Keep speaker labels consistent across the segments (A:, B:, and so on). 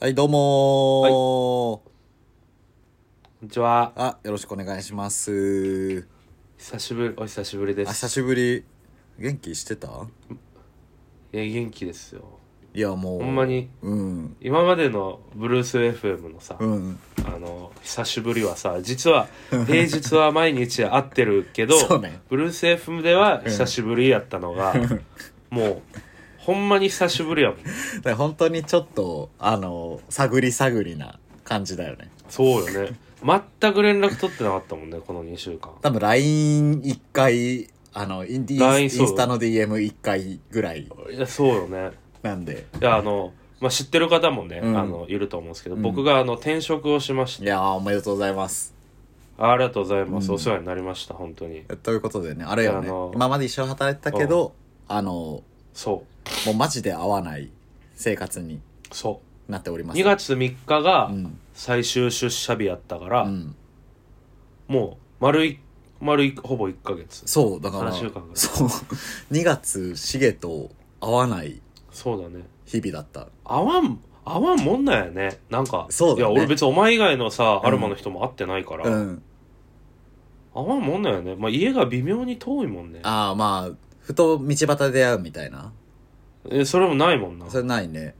A: はい、どうも
B: こんにちは
A: ー、あ、よろしくお願いします。
B: 久しぶりお久しぶりで
A: あ、久
B: す
A: しぶり。元気してた
B: いや元気ですよ
A: いや、もう。
B: ほんまに
A: うん。
B: 今までのブルース FM のさ、
A: うん。
B: あの久しぶりはさ実は平日は毎日会ってるけど
A: そうね
B: ブルース FM では久しぶりやったのが、 もうほんまに久しぶりやもん
A: だから本当にちょっと、あの、探り探りな感じだよね。
B: そうよね全く連絡取ってなかったもんねこの2週間
A: 多分 LINE1 回、あの、インディ
B: LINE
A: インスタの DM1 回ぐらい
B: いやそうよね
A: なんで。
B: いやあの、まあ、知ってる方もね、
A: うん
B: あのいると思うんですけど、
A: うん
B: 僕があの転職をしまして
A: いやー、おめでとうございます。
B: ありがとうございます、
A: うん
B: お世話になりました本当に
A: ということでね、あれよね
B: あの。
A: 今まで一緒に働いてたけど、あの、
B: そ
A: もうマジで合わない生活に
B: うそ
A: なっており
B: う
A: ます。
B: 2月3日が
A: うん。
B: 最終出社日やったから、
A: うん。
B: もう丸い丸いほぼ1ヶ月
A: そう、だから、
B: 3週間ぐらい
A: そう、2月、シゲと会わない
B: そうだね
A: 日々だった。
B: 合わん合わんもんなんやねなんか
A: そうだね
B: いや俺別にお前以外のさ、
A: うん
B: アルマの人も会ってないから、
A: うん。
B: 合わんもんなんやね、まあ、家が微妙に遠いもんね
A: ああ、まあ、ふと道端で出会うみたいな。
B: えそれもないもんな
A: それないね。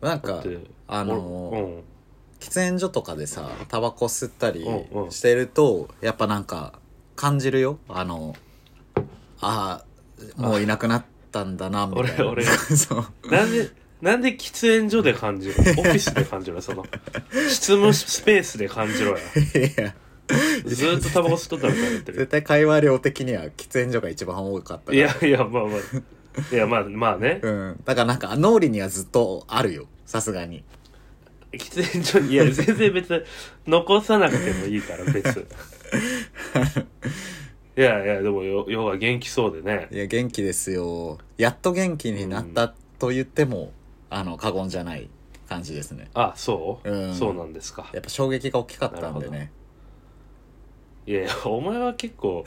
A: なん
B: だ
A: か
B: っ、て
A: あの
B: 俺
A: ー、
B: うん
A: 喫煙所とかでさ、タバコ吸ったり
B: うんうん
A: してると、やっぱなんか、感じるよ。あの、ああ、もういなくなったんだな、みたいな。
B: 俺俺
A: そう。
B: なんで、なんで喫煙所で感じる オフィスで感じろよその。執務スペースで感じろ
A: い
B: や。
A: や、
B: ずーっとタバコ吸っとったみたいになって
A: 絶
B: る。
A: 対会話量的には喫煙所が一番多かったから
B: いやいや、まあまあ。いや、まあまあね。
A: うん。だからなんか、脳裏にはずっとあるよ。さすがに。
B: 喫煙所に、いや、全然別に残さなくてもい いから、別。いやいや、でもよ、要は元気そうでね。
A: いや、元気ですよ。やっと元気になったと言っても、あの、過言じゃない感じですね。
B: あ、そう、
A: うん
B: そうなんですか。
A: やっぱ衝撃が大きかったんで
B: な
A: ね。
B: いやいや、お前は結構、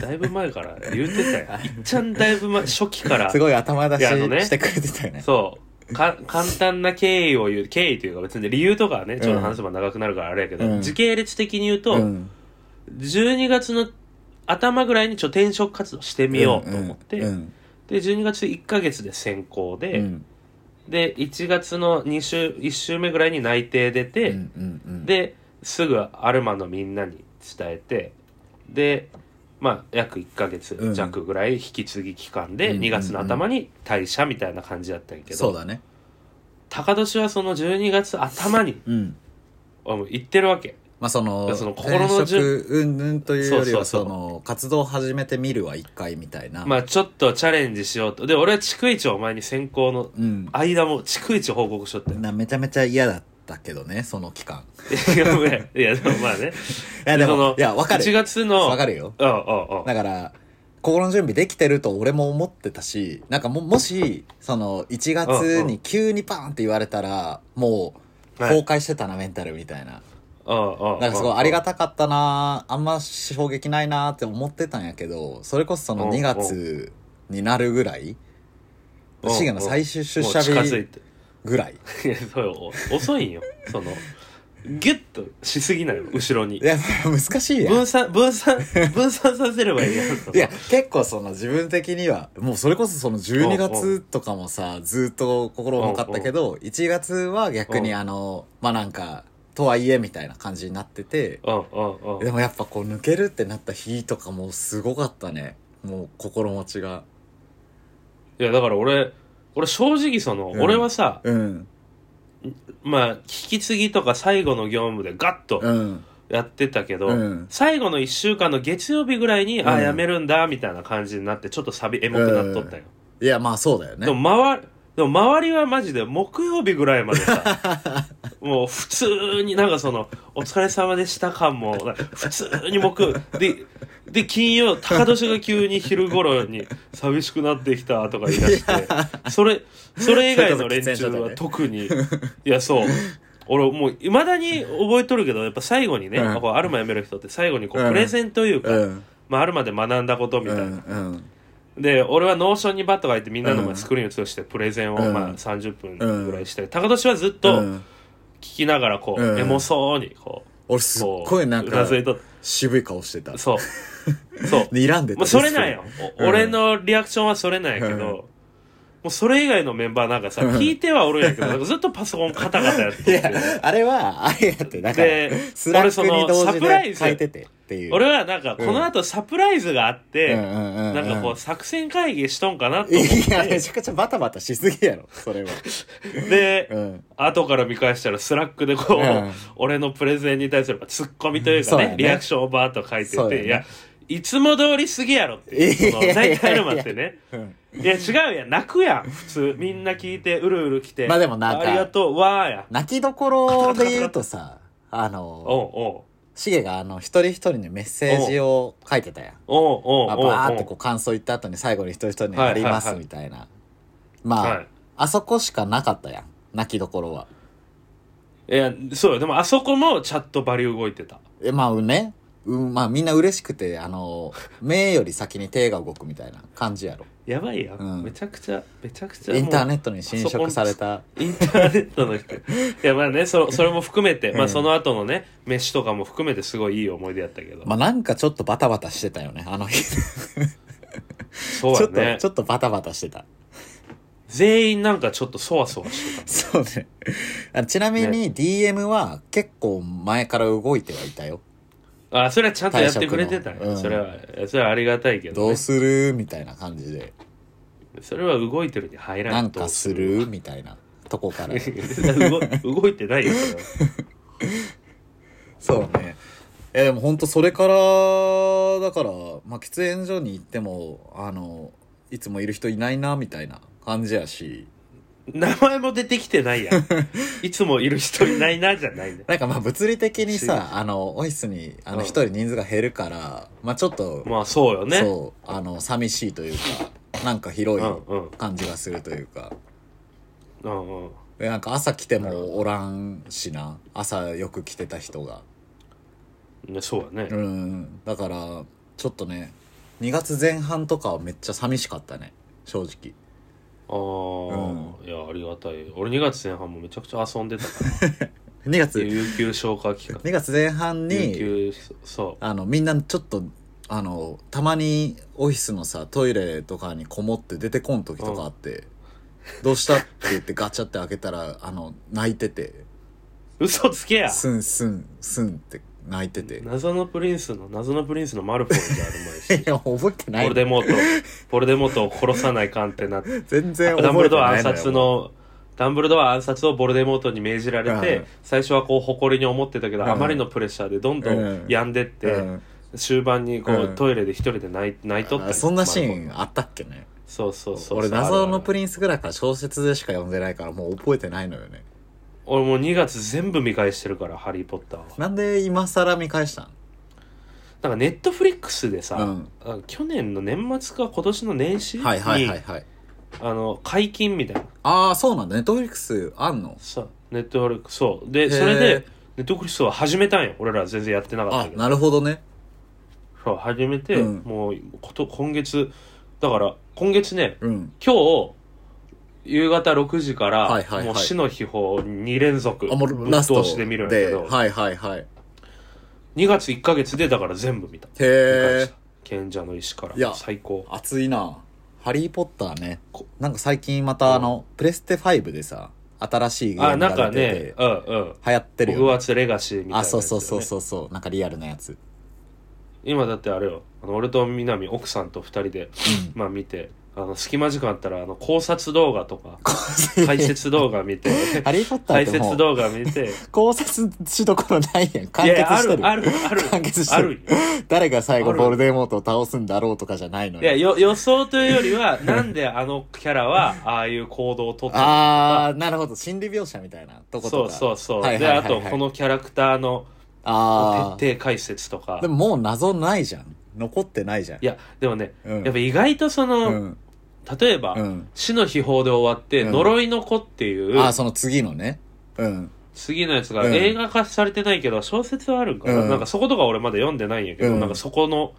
B: だいぶ前から言うて たやん。いっちゃんだいぶ前、初期から
A: す。ごい頭出し
B: いやあのね
A: してくれてたよね。
B: そう。か、簡単な経緯を言う、経緯というか別に理由とかはね、ちょっ
A: う
B: と
A: ん
B: 話せば長くなるからあれやけど、
A: うん
B: 時系列的に言うと、
A: ん。
B: 12月の頭ぐらいにちょっと転職活動してみようと思って、
A: うんうん。
B: で、12月1ヶ月で選考
A: う
B: で、
A: ん。
B: で、1月の2週、1週目ぐらいに内定出
A: うん。
B: て、
A: うんうん、
B: で、すぐアルマのみんなに伝えて、で、まあ、約1ヶ月弱ぐらい引き継ぎ期間
A: うんう
B: で、
A: ん
B: 2月の頭に退社みたいな感じだったんやけど、
A: そうだね。
B: 高年はその12月頭に
A: うん。
B: あもう行ってるわけ
A: まあ、その、
B: その心の
A: 転職うんぬんというよりは、
B: そ
A: そう
B: そうそう
A: の、活動を始めてみるは一回みたいな。
B: まあちょっとチャレンジしようとで俺は逐一お前に選考の
A: うん。
B: 間も逐一報告し とったよ
A: なめちゃめちゃ嫌だったけどね、その期間。
B: いやごめんいやでもまあね
A: いや、で
B: そ
A: も
B: の、
A: いや、わかる。
B: 1月の
A: わかるよ。
B: うんうんうん
A: だから、心の準備できてると俺も思ってたし、なんかも、もし、その、1月に急にパーンって言われたら、もう、
B: はい
A: 崩壊してたな、メンタルみたいな。
B: うんうんうん
A: なんかすごいありがたかったなあんま衝撃ないなって思ってたんやけど、それこそそ
B: うん
A: の
B: うん
A: 2月になるぐらい、
B: うんうん
A: シゲの最終出
B: もう
A: 社
B: 近づ
A: 日
B: いて
A: ぐらい。
B: いやそうよお遅いんよそのギュッとしすぎないよ後ろに
A: いや、 それ難しいやん。
B: 分散分散分散させればいいやん
A: いや、結構その自分的には、もうそれこそその12
B: うんう
A: 月とかもさ、ずっと心重かったけど、1月は逆に
B: うん
A: あの、まあなんか、とはいえみたいな感じになってて、
B: うんうんうん
A: でもやっぱこう抜けるってなった日とかもすごかったね。もう心持ちが。
B: いやだから俺俺正直その、
A: うん
B: 俺はさ、
A: うん。
B: まあ、引き継ぎとか最後の業務でガッと
A: うん。
B: やってたけど、
A: うん
B: 最後の1週間の月曜日ぐらいに、
A: うん
B: ああ、やめるんだ、みたいな感じになって、ちょっとサビエモくなっとったよ。
A: いや、まあそうだよね。
B: でも、周り、でも周りはマジで木曜日ぐらいま でさ、もう普通になんかその、お疲れ様でした感も、なんか普通に木、で、で、金曜、高年が急に昼頃に寂しくなってきたとか言い出して、それ、それ以外の連中は特に、いや、そう。俺、もう、いまだに覚えとるけど、やっぱ最後にね、
A: うん
B: こうアルマ辞める人って最後にこう、
A: うん
B: プレゼンというか、
A: うん。
B: まあ、アルマで学んだことみ
A: う
B: たいな、
A: ん。うん。
B: で俺はノーションにバットが入ってみんなの前スクリーンを通してプレゼンを
A: うん
B: まあ30分ぐらいして高年はずっと
A: う
B: 聞
A: ん
B: きながらこう、
A: うん
B: エモそうにこう
A: 俺すっごいなん
B: うな
A: か
B: ずいとっ
A: 渋い顔してた
B: てそう そう
A: で睨んでた
B: もうそれなんよ、お
A: うん
B: 俺のリアクションはそれなんやけ
A: う
B: ど、
A: ん
B: もうそれ以外のメンバーなんかさ、
A: うん
B: 聞いてはおるんやけど、なんかずっとパソコンカタカタやっ
A: い
B: て
A: や
B: て。
A: あれはあれやってだから
B: で、
A: スラ
B: 俺
A: ッ
B: そ
A: クに
B: の
A: 同
B: サ
A: 時
B: プライ
A: で
B: ズ
A: 書、いててっていう
B: 俺はなんかこの後サプライズがあって、
A: な
B: なんかこう作戦会議しとんかなと思っ
A: いやめ
B: て、
A: ちゃくちゃバタバタしすぎやろそれは
B: で、
A: うん
B: 後から見返したらスラックでこう、
A: うん
B: 俺のプレゼンに対するツッコミというか
A: そう
B: ね
A: やね
B: リアクションをバーっと書いて
A: そう
B: て、
A: やね
B: いやいつも通りすぎやろって
A: いや
B: いうその
A: いやいや
B: 大体ルマってね
A: うん
B: いや違うやん泣くやん普通みんな聞いてうるうる来て
A: まあでもなんか
B: ありがとうわーや
A: 泣きどころで言うとさあの
B: おうおう
A: シゲがあの一人一人にメッセージを書いてたやん
B: おうおう
A: まあ
B: おうお
A: バーってこ
B: う
A: う感想言った後に最後に一人一人に
B: はい
A: ありま
B: は
A: す
B: いはい
A: みたいなま
B: は
A: ああそこしかなかったやん泣きどころはい
B: いやそうよでもあそこもチャットバリ動いてた
A: えまあねうんまあみんな嬉しくてあの目より先に手が動くみたいな感じやろ
B: やばいやん、
A: うん
B: めちゃくちゃめちゃくちゃもう
A: インターネットに侵食された
B: インターネットの人。いや、まあね、そそれも含めて、ま
A: う
B: あ
A: ん
B: その後のね、飯とかも含めてすごいいい思い出やったけど。
A: まあなんかちょっとバタバタしてたよね あの日
B: そう
A: ち
B: や
A: ょっと、
B: ね
A: ち。ょっとバタバタしてた。
B: 全員なんかちょっとそわそわしてた。
A: そうね。あちなみに DM は結構前から動いてはいたよ。
B: あ、それはちゃんとやってくれてたね
A: 退職のうん
B: それは、それはありがたいけど、
A: ど
B: ね
A: う。するみたいな感じで。
B: それは動いてるに入らん
A: なんかするみたいなとこから
B: どう。する 動動いてないよ、それは
A: そうね。え、でも本当それから、だから、まあ喫煙所に行っても、あの、いつもいる人いないな、みたいな感じやし。
B: 名前も出てきてないや ん。いつもいる人いないな、じゃないね。
A: なんかまあ物理的に
B: 不思
A: さ、あの、オフィスに、あ
B: う
A: の、
B: ん
A: 一人人数が減るから、まあちょっと、
B: まあそうよね。
A: そう、あの、寂しいというか、なんか
B: う
A: 広い
B: んうん。
A: 感じがするというか。
B: うんうん。
A: でなんか朝来てもおらんしな朝よく来てた人が
B: ねそうやね。
A: うんだからちょっとね2月前半とかはめっちゃ寂しかったね正直
B: ああ、いやありがたい俺2月前半もめちゃくちゃ遊んでたから
A: 2月
B: 有給消化期間
A: 2月前半
B: 有
A: に
B: 給そ
A: あのみんなちょっとあのたまにオフィスのさトイレとかにこもって出てこん時とかあって「どうした?」って言ってガチャって開けたらあの泣いてて
B: う嘘つけや
A: スンスンスンって泣いててい
B: 謎のプリンスの謎のプリンスのマルフォンじゃあるまいし
A: や覚えて な
B: ボル
A: い
B: デモートボルデモートを殺さないかんってな って
A: 全然覚えてない
B: ダンブルドア暗
A: のよ
B: 殺のダンブルドア暗殺をボルデモートに命じられて、
A: うん
B: 最初はこう誇りに思ってたけど、
A: うん
B: あまりのプレッシャーでどんどん病んでって、
A: うん
B: 終盤にこう、
A: うん
B: トイレで一人で泣い泣いとった
A: あ
B: り
A: そんなシ
B: マルフ
A: ー
B: ォ
A: ンあったっけね
B: そうそうそうそう
A: 俺
B: あるあ
A: 謎
B: る
A: のプリンスぐらいから小説でしか読んでないからもう覚えてないのよね
B: 俺もう2月全部見返してるから「ハリー・ポッターは」
A: なんで今更見返したん
B: なんかネットフリックスでさ、
A: うん
B: あ去年の年末か今年の年始に、
A: はいはいはいはい
B: あの解禁みたいな
A: ああそうなんだネットフリックスあんの
B: さネットフリックスそうで
A: ー
B: それでネットフリックスを始めたんよ俺らは全然やってなかった
A: あ
B: けど
A: なるほどね
B: そう始めて、
A: うん
B: もうこと今月だから今月ね
A: うん
B: 今日夕方6時から、
A: はいはいはい
B: もう死の秘宝2連続
A: あも
B: ぶ
A: う
B: っ
A: ラスト
B: 通しで見るんだけ
A: で
B: ど、
A: はいはいはいへ
B: 2月1か月でだから全部見た
A: え
B: 賢者の石から
A: いや
B: 最高
A: 熱いなハリー・ポッターねこなんか最近またあのプレステ5でさ新しいゲー
B: あ
A: ム
B: なん
A: が
B: か
A: 出て
B: ね
A: て
B: うんうん
A: 流行ってる
B: ホグワ
A: よ
B: ーツレガシーみたいなや
A: あ
B: つ
A: そうそうそう
B: だよね
A: そうそうなんかリアルなやつ
B: 今だってあれよあの俺と南奥さんと二人でまあ見てあの隙間時間あったらあの考察動画と か解説動画見て
A: ハリー・ポッター
B: 解
A: ってもう
B: 説動画見て
A: 考察しどころないやん完
B: い
A: 結
B: やあ
A: して
B: る
A: る
B: あるある
A: 完結し
B: あ
A: て
B: る
A: る誰が最後
B: ある
A: ボルデモートを倒すんだろうとかじゃないの
B: いや
A: よ
B: よ予想というよりはなんであのキャラはああいう行動をとったの
A: あーなるほど心理描写みたいなとこと
B: そう
A: か
B: そうそう
A: はい
B: で
A: はいは
B: あ
A: いはい
B: とこのキャラクターの
A: あ
B: 徹底解説とか
A: あでももう謎ないじゃん残ってないじゃん
B: いやでもね
A: うん
B: やっぱ意外とそうの
A: ん
B: 例えば
A: うん
B: 死の秘宝で終わって、
A: うん
B: 呪いの子っていう
A: ああその次のねうん
B: 次のやつが
A: うん
B: 映画化されてないけど小説はあるんかな,、
A: うん
B: なんかそことか俺まだ読んでないんやけど、
A: うん
B: なんかそこの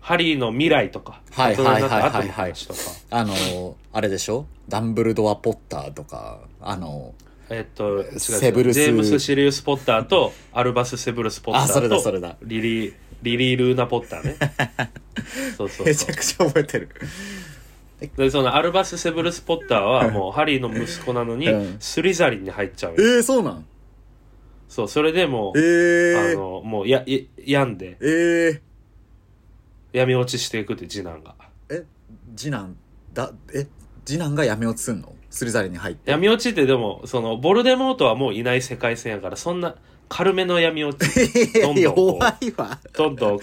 B: ハリーの未来とか、
A: はいはいはいはいはい
B: 大人になった後の話とか、
A: あの、あれでしょダンブルドア・ポッターとか、あの、
B: えっと、違う違う
A: セブルス
B: ジェームス・シリウス・ポッターと、アルバス・セブルス・ポッターと、
A: あそれだそれだ
B: リリー、リリー・ルーナ・ポッタ ーね。そうそう
A: め
B: そ
A: ちゃ
B: う。
A: くちゃ覚えてる。
B: で、そのアルバス・セブルス・ポッターは、もう、ハリーの息子なのに
A: うん、
B: スリザリンに入っちゃうよ
A: え。ー、そうなん
B: そう、それでも
A: え
B: う、あ
A: ー、
B: の、もう、や、や病んで、
A: えー、
B: 闇落ちしていくって、次男が。
A: え、次男、だ、え、次男が闇落ちすんのすりざりに入って。
B: 闇落ちってでも、その、ボルデモートはもういない世界線やから、そんな、軽めの闇 落ち、どんどんこう
A: 弱いわ。
B: どんどん、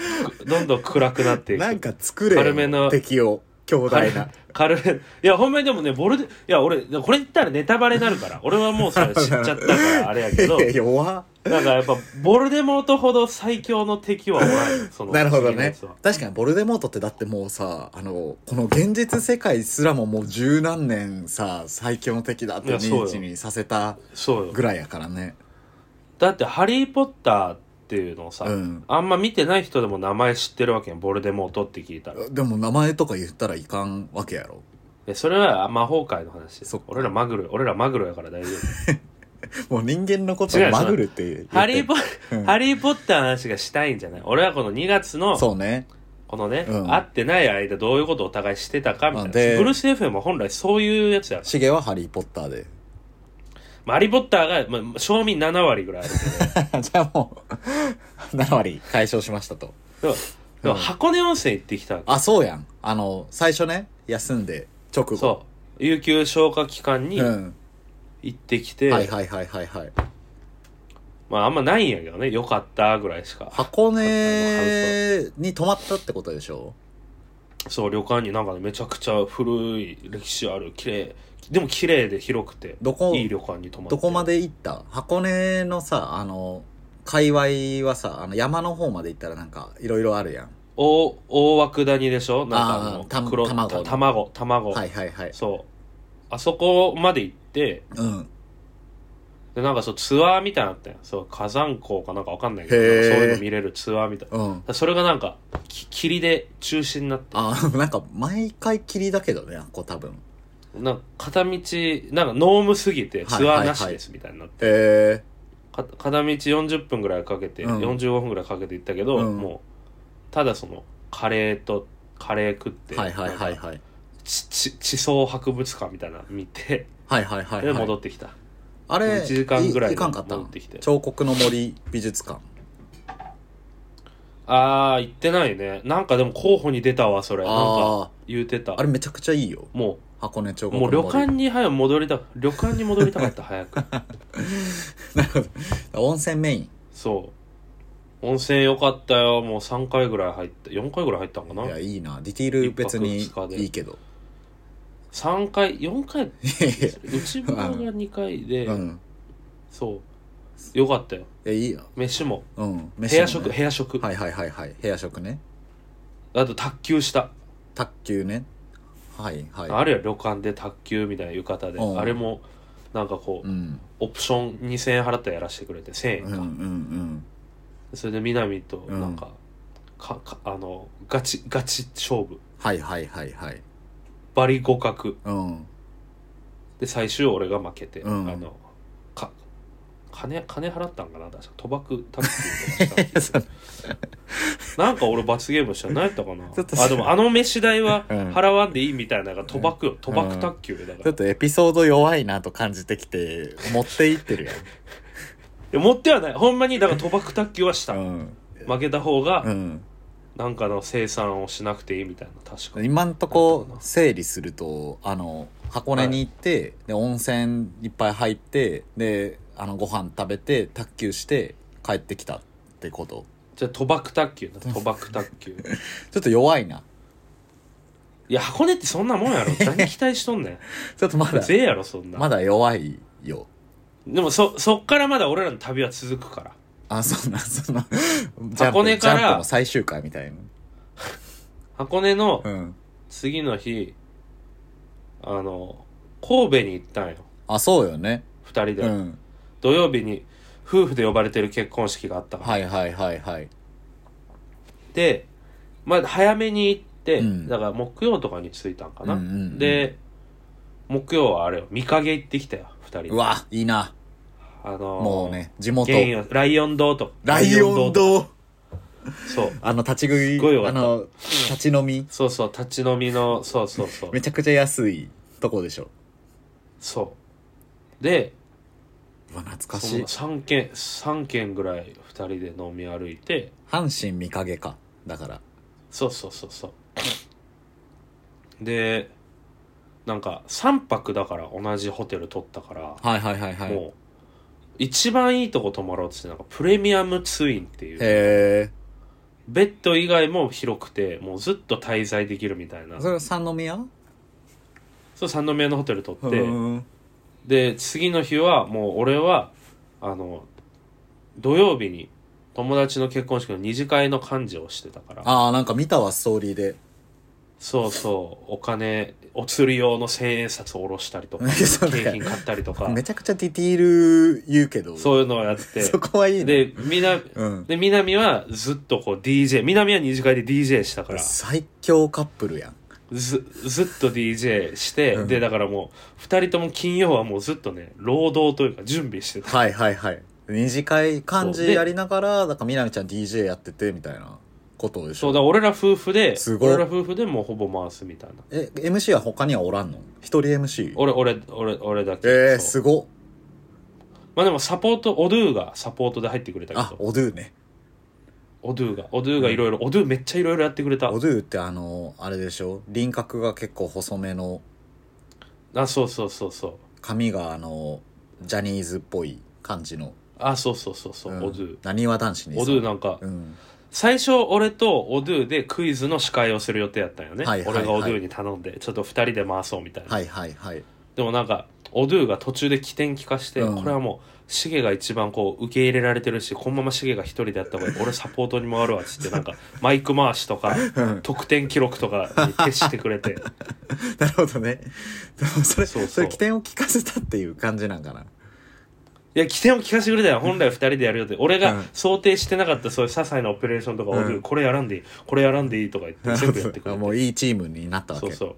B: どんどん暗くなっていく。
A: なんか作れよ
B: 軽めの
A: 敵を、強大な。
B: 軽い。いや、ほんまにでもね、ボルデ、いや、俺、これ言ったらネタバレになるから。俺はもうそれ知っちゃったから、あれや けど、
A: 弱っ
B: なんかやっぱ、ボルデモートほど最強の敵はおらんよ。そ の、
A: なるほど
B: 次のや
A: ね
B: つは。
A: 確かにボルデモートってだってもうさ、あの、この現実世界すらももう十何年さ、最強の敵だって
B: いやそうよ
A: 認知にさせた
B: そうよ
A: ぐ。らいやからね。
B: だって、ハリー・ポッターっていうのをさ、
A: うん
B: あんま見てない人でも名前知ってるわけやん。ボルデモートって聞いたら。
A: でも名前とか言ったらいかんわけやろ。
B: でそれは魔法界の話
A: そっか
B: 俺らマグロ俺らマグロやから大丈 夫
A: もう人間のことをマグルって言って
B: ハリーポ
A: うん
B: ハリー・ポッターの話がしたいんじゃない俺はこの2月の
A: そうね。
B: このね、
A: うん
B: 会ってない間どういうことをお互いしてたかみたい
A: あ
B: な
A: で
B: ブルース FM は本来そういうやつや、
A: シゲはハリーポッターで。
B: まあ、ハリー・ポッターが、まあ、賞味7割ぐらいあるけど
A: じゃあもう、7割 解消しましたと。
B: でもでも箱根温泉行ってきたわけ
A: あ、そうやん。あの、最初ね、休んで、直後。
B: そう有給消化期間に
A: うん。
B: 行ってきて、
A: はいはいはいはいはい。
B: まああんまないんやけどねよかったぐらいしか
A: 箱根に泊まったってことでしょ
B: そう旅館になんかねめちゃくちゃ古い歴史ある綺麗でも綺麗で広くて
A: どこ
B: いい旅館に泊まって
A: どこまで行った箱根のさ、あの、界隈はさ、あの山の方まで行ったらなんか、いろいろあるやん。
B: 大大涌谷でしょなん
A: あー
B: かあ
A: た
B: の黒
A: 卵
B: た卵卵、
A: はいはいはい。
B: そうあそこまで行って
A: うん。
B: でなんかそうツアーみたいなのあったよそう火山港かなんかわかんないけど
A: へ
B: そ
A: ー
B: ういうの見れるツアーみたいなだか
A: うん。
B: らそれがなんかき霧で中止になって
A: あ、 なんか、毎回霧だけどね、あっこ多分。
B: なんか片道なんかノームすぎてツアーなしですみたいになって
A: え
B: か片道40分ぐらいかけて、
A: うん
B: 45分ぐらいかけて行ったけど、
A: うん
B: もうただそのカレーとカレー食って、
A: はいはいはい
B: なんか
A: はい。
B: ちち地層博物館みたいなの見て、
A: はいはいはい、
B: で
A: はい。
B: 戻ってきた
A: あれ、
B: 1時間ぐらい
A: いかんかった
B: 戻ってきて
A: 彫刻の森美術館。
B: あー行ってないねなんかでも候補に出たわそれなんか
A: あ
B: 言うてた
A: あ、あれめちゃくちゃいいよ。
B: も
A: 箱根彫
B: う
A: 刻
B: も
A: の
B: う
A: 森。
B: 旅館に早く戻りた旅館に戻りたかった 早く
A: なるほど。 温泉メイン。
B: そう温泉良かったよもう3回ぐらい入った4回ぐらい入ったんかない
A: や、いいな。ディティール別にいいけど。
B: 3回4回
A: いやいや
B: 内房が2回で、
A: うん。
B: そうよかったよ
A: いや、いいよ。
B: 飯も
A: うん。
B: 部屋食、
A: ね
B: 部屋食、
A: はいはいはいはい。部屋食ね。
B: あと卓球した、
A: 卓球ね。はいは
B: あるいは旅館で卓球みたいな浴衣で、
A: うん
B: あれもなんかこ
A: い。う
B: う、
A: ん。
B: オプション2000円払ったらやらせてくれて1000円
A: うんう
B: か、
A: ん
B: それで南と
A: うん
B: なんか,、かかあのガチガチ勝負
A: はいはいはいはい。
B: バリ互角
A: うん。
B: で最終俺が負けて、
A: うん
B: あのか金金払ったんかな確か賭博卓球とかしたなんか俺罰ゲームした何やったかな
A: ちょっとさ
B: あでもあの飯代は
A: うん
B: 払わんでいいみたいなのが賭博よ賭博卓球よだか
A: ちょ
B: ら
A: っとエピソード弱いなと感じてきて、持っていってる
B: で持ってはないほんまにだから賭博卓球はした、
A: やん。うん。
B: 負けた方
A: う
B: が
A: ん。
B: なんかの生産をしなくていいみたいな確かに
A: 今んとこ整理するとあの箱根に行って、で温泉いっぱい入ってであのご飯食べて卓球して帰ってきたってこと
B: じゃあ賭博卓球だ賭博卓球
A: ちょっと弱いない
B: や箱根ってそんなもんや ろ何期待しとんね
A: ちょっとま
B: ん
A: だ
B: ぜえやろそんな、
A: まだ弱いよ
B: でもそそっからまだ俺らの旅は続くから
A: あそんなそんなジャン
B: 箱
A: プ
B: 根
A: ジ
B: から
A: ャンプの最終回みたいな
B: 箱根の
A: うん
B: 次の日、あの神戸に行ったんよ
A: あそうよね
B: 2人で、
A: うん
B: 土曜日に夫婦で呼ばれてる結婚式があったから、
A: はいはいはいはい
B: でまあ、早めに行って、
A: うん
B: だから木曜とかに着いたんかな、
A: うんうんうん
B: で木曜はあれよ御影行ってきたよ2人で
A: うわ、いいな。
B: あのー
A: もうね、地元。
B: 原因はライオン堂と
A: ライオン
B: ライ
A: 堂。
B: そう
A: あの、立ち食い、
B: すごいよか
A: あ
B: った
A: の、立ち飲み、
B: そうそう立ち飲みのそうそうそう
A: めちゃくちゃ安いとこでしょ。
B: そうで
A: うわ、懐か
B: そ
A: しい
B: の。3軒三軒ぐらい2人で飲み歩いて
A: 阪神見影か。だから。
B: そうそうそうそうでなんか3泊だから同じホテル取ったから、
A: はいはいはいはい。
B: もう一番いいとこ泊まろうっつってなんかプレミアムツインっていう
A: へえ。
B: ベッド以外も広くてもうずっと滞在できるみたいな
A: それは三宮
B: そう三宮のホテル取って、
A: うん。
B: で次の日はもう俺はあの土曜日に友達の結婚式の二次会の幹事をしてたから
A: ああ、なんか見たわ、ストーリーで。
B: そうそうお金お釣り用の千円札を下ろしたりとか
A: そうね
B: 景品買ったりとか
A: めちゃくちゃディティール言うけど。
B: そういうのをやって
A: そこはいいね。
B: でみな
A: うん。
B: で南はずっとこう DJ 南は二次会で DJ したから
A: 最強カップルやん。
B: ずずっと DJ して、
A: うん
B: でだからもう2人とも金曜はもうずっとね労働というか準備してた
A: はいはいはい。二次会漢
B: そう
A: 字
B: で
A: やりながら、だからみなみちゃん DJ やっててみたいなことでしょ。
B: そうだから俺ら夫婦です
A: ごい
B: 俺ら夫婦でもうほぼ回すみたいな
A: え、MC は他にはおらんの一人 MC?
B: 俺俺俺俺だけ
A: えー、
B: そ
A: す
B: う
A: ごっ。
B: まあでもサポートオドゥがサポートで入ってくれた
A: あ
B: け、ど
A: オドゥね。
B: オドゥがオドゥがいろいろオドゥめっちゃいろいろやってくれた
A: オドゥってあの、あれでしょ輪郭が結構細めの、
B: あそうそうそうそう
A: 髪があの、ジャニーズっぽい感じの。
B: あそうそうそうそう、
A: うん
B: オドゥ
A: なにわ男子にさ
B: オドゥなんか、
A: うん。
B: 最初俺とオドゥでクイズの司会をする予定やったんよね、
A: はいはいはい
B: 俺がオドゥに頼んでちょっと2人で回そうみたいな、
A: はいはいはい。
B: でもなんかオドゥが途中で起点聞かして、
A: うん
B: これはもうシゲが一番こう受け入れられてるしこのままシゲが一人でやった方がいい俺サポートに回るわっつってなんかマイク回しとか
A: うん
B: 得点記録とかに徹してくれて
A: なるほどね。でもそれ、
B: そうそう
A: それ起点を聞かせたっていう感じなんかな。
B: いや起点を聞かせてくれたよ本来二人でやるよって俺
A: うん
B: が想定してなかったそういう些細なオペレーションとか、
A: うん
B: オドゥこれやらんでいいこれやらんでいいとか言って全部やって くれ
A: も
B: て
A: ういいチームになったわけ。
B: そうそう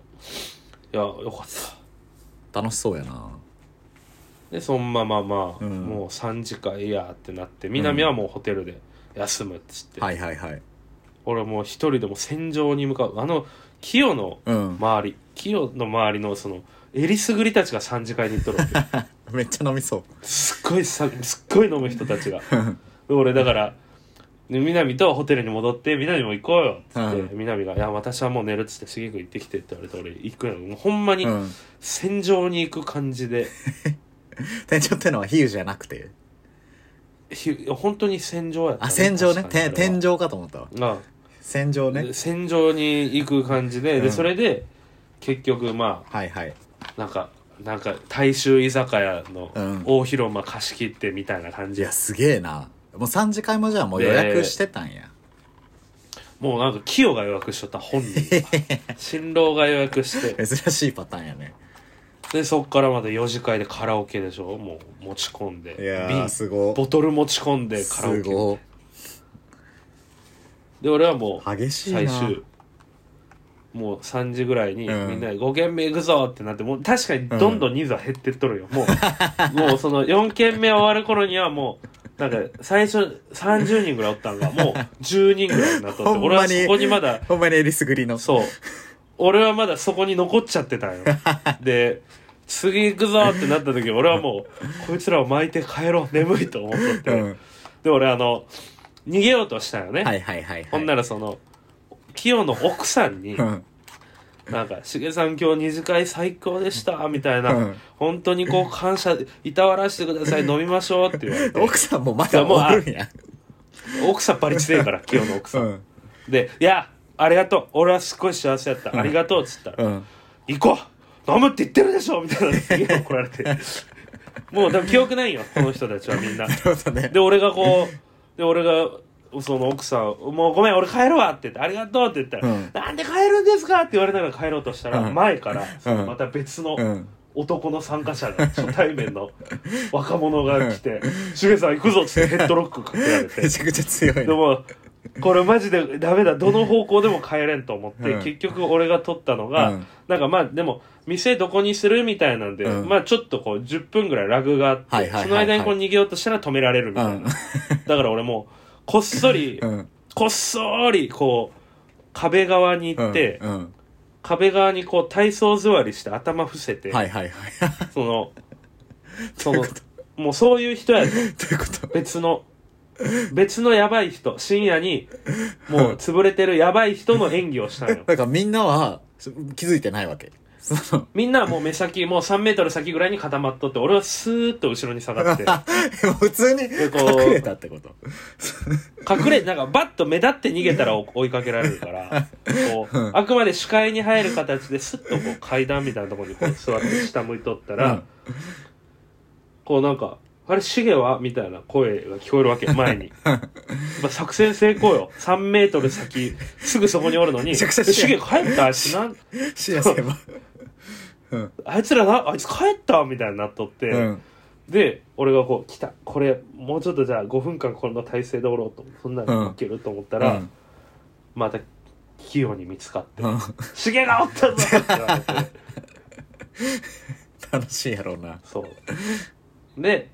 B: いやよかった
A: 楽しそうやな。
B: でそのまままあ、
A: うん
B: もう3時間いやってなって南はもうホテルで休むっつって、
A: はいはいはい。
B: 俺もう一人でも戦場に向かうあの清の
A: うん。
B: 周り清の周りのそのえりすぐりたちが3次会に行っとるわ け
A: めっちゃ飲みそう。
B: すっごいさすっごい飲む人たちがで俺だからで南とホテルに戻って南も行こうよっつって、
A: う
B: 南が「いや私はもう寝る」っつって「茂く行ってきて」って言われて俺行くよもうほんまに
A: うん。
B: 戦場に行く感じで、
A: 店長ってのは比喩じゃなくて。
B: ひ本当に戦場やった
A: あ、戦場ね。
B: 確かに
A: て
B: あれは
A: 天井かと思ったわ。
B: あ
A: 戦場ね
B: で。戦場に行く感じで、
A: うん
B: でそれで結局ま
A: はいはい。
B: あなんかなんか大衆居酒屋の
A: うん
B: 大広間貸し切ってみたいな感
A: い
B: じ、
A: や、すげえな。もう3次会もじゃあもう予約してたんや。
B: もうなんか清が予約しとった本人 が新郎が予約して
A: 珍しいパターンやね。
B: でそっからまた4次会でカラオケでしょもう持ち込んで
A: いやー、
B: 瓶
A: すご
B: ボトル持ち込んでカラオ
A: す
B: ケ
A: ご
B: で俺はもう
A: 激しいな。
B: 最終もう3時ぐらいにみ
A: うん
B: んなで5軒目行くぞってなってもう確かにどんどん人数は減ってっとるよ、もう もうその4軒目終わる頃にはもうなんか最初30人ぐらいおったんがもう10人ぐらいになっと っ
A: ほ
B: て
A: んまに
B: 俺はそこにまだ
A: ほんまにえりすぐりの。
B: そう俺はまだそこに残っちゃってた んよで次行くぞってなった時俺はもうこいつらを巻いて帰ろう眠いと思っとって、
A: うん。
B: で俺あの逃げようとしたよね、
A: はいはいはいはい。
B: ほんならその清の奥さんに
A: うん。
B: なんか、しげさん今日二次会最高でした、みたいな、
A: うん
B: 本当にこう感謝、いたわらしてくださ い、飲みましょうって言われて、
A: 奥さんもまだおるんや。
B: 奥さんバリ強いから、清の奥
A: う
B: さん。
A: ん。
B: で、いや、ありがとう、俺はすっごい幸せやった、ありがとうっつったら、
A: うん。
B: 行こう飲むって言ってるでしょみたいな、すげえ怒られて。もう、でも記憶ないよ、この人たちはみんな。
A: なるほどね。
B: で、俺がこう、で、俺が、その奥さん、もうごめん、俺帰るわって言って、ありがとうって言ったら、
A: うん
B: なんで帰るんですかって言われながら帰ろうとしたら、
A: うん
B: 前から、
A: うん
B: また別の、
A: うん。
B: 男の参加者が初対面 の若者が来て「シュゲさん行くぞ」っつってヘッドロックかけられ
A: め
B: て
A: ちゃくちゃ強い
B: で
A: な。
B: もこれマジでダメだどの方向でも帰れんと思って、
A: うん
B: 結局俺が取ったのが、
A: うん
B: なんかまあでも店どこにするみたいなんで、
A: うん
B: まあちょっとこう10分ぐらいラグがあって、
A: はいはいはいはい
B: その間にこう逃げようとしたら止められるみたいな、
A: うん
B: だから俺もうこっそり、
A: うん
B: こっそりこう壁側に行って、
A: うん
B: 壁側にこう体操座りして頭伏せて、
A: はいはい はい
B: そのそのもうそういう人やで
A: ということ
B: 別の別のやばい人深夜にもう潰れてるやばい人の演技をしたのよ
A: だからみんなはそ気づいてないわけその
B: みんなはもう目先もう3メートル先ぐらいに固まっとって俺はスーッと後ろに 下がって
A: 普通に
B: こう
A: 隠れたってこと
B: 隠れなんかバッと目立って逃げたら追いかけられるからこう
A: うん
B: あくまで視界に入る形でスッとこう階段みたいなところにこう座って下向いとったら、
A: うん
B: こうなんか「あれシゲは?」みたいな声が聞こえるわけ前 にやっぱ作戦成功よ3メートル先すぐそこにおるのに「
A: めちゃくちゃ
B: えシゲ帰ったあいつなん
A: 視野狭
B: あいつらなあいつ帰った」みたいになっとって、
A: うん
B: で俺がこう「来たこれもうちょっとじゃあ5分間この体勢でおろうとそんな
A: うん
B: の負けると思ったら、
A: うん
B: また器用に見つかって
A: うん
B: 「シゲがおったぞ!」って言われて
A: 楽しいやろうな
B: そうで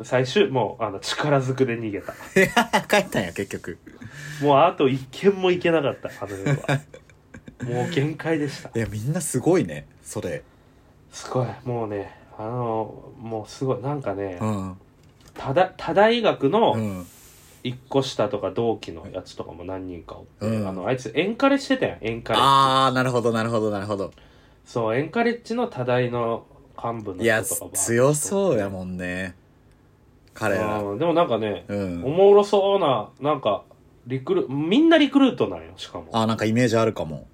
B: 最終もうあの力ずくで逃げた
A: いや帰ったんや結局
B: もうあと一軒も行けなかったあの夜 はもう限界でした
A: いやみんなすごいねそれ
B: すごいもうねあのもうすごいなんかね
A: うん
B: 多大多大学
A: う
B: の
A: ん
B: 一個下とか同期のやつとかも何人かおって、
A: うん
B: あのあいつエンカレしてたやんエンカレ
A: ああなるほどなるほどなるほど
B: そうエンカレッジの多大の幹部の
A: いや
B: 人とかも
A: 強そうやもんね彼ら
B: うんでもなんかね、
A: うん
B: おもろそうななんかリクルみんなリクルートなんよしかも
A: あーなんかイメージあるかも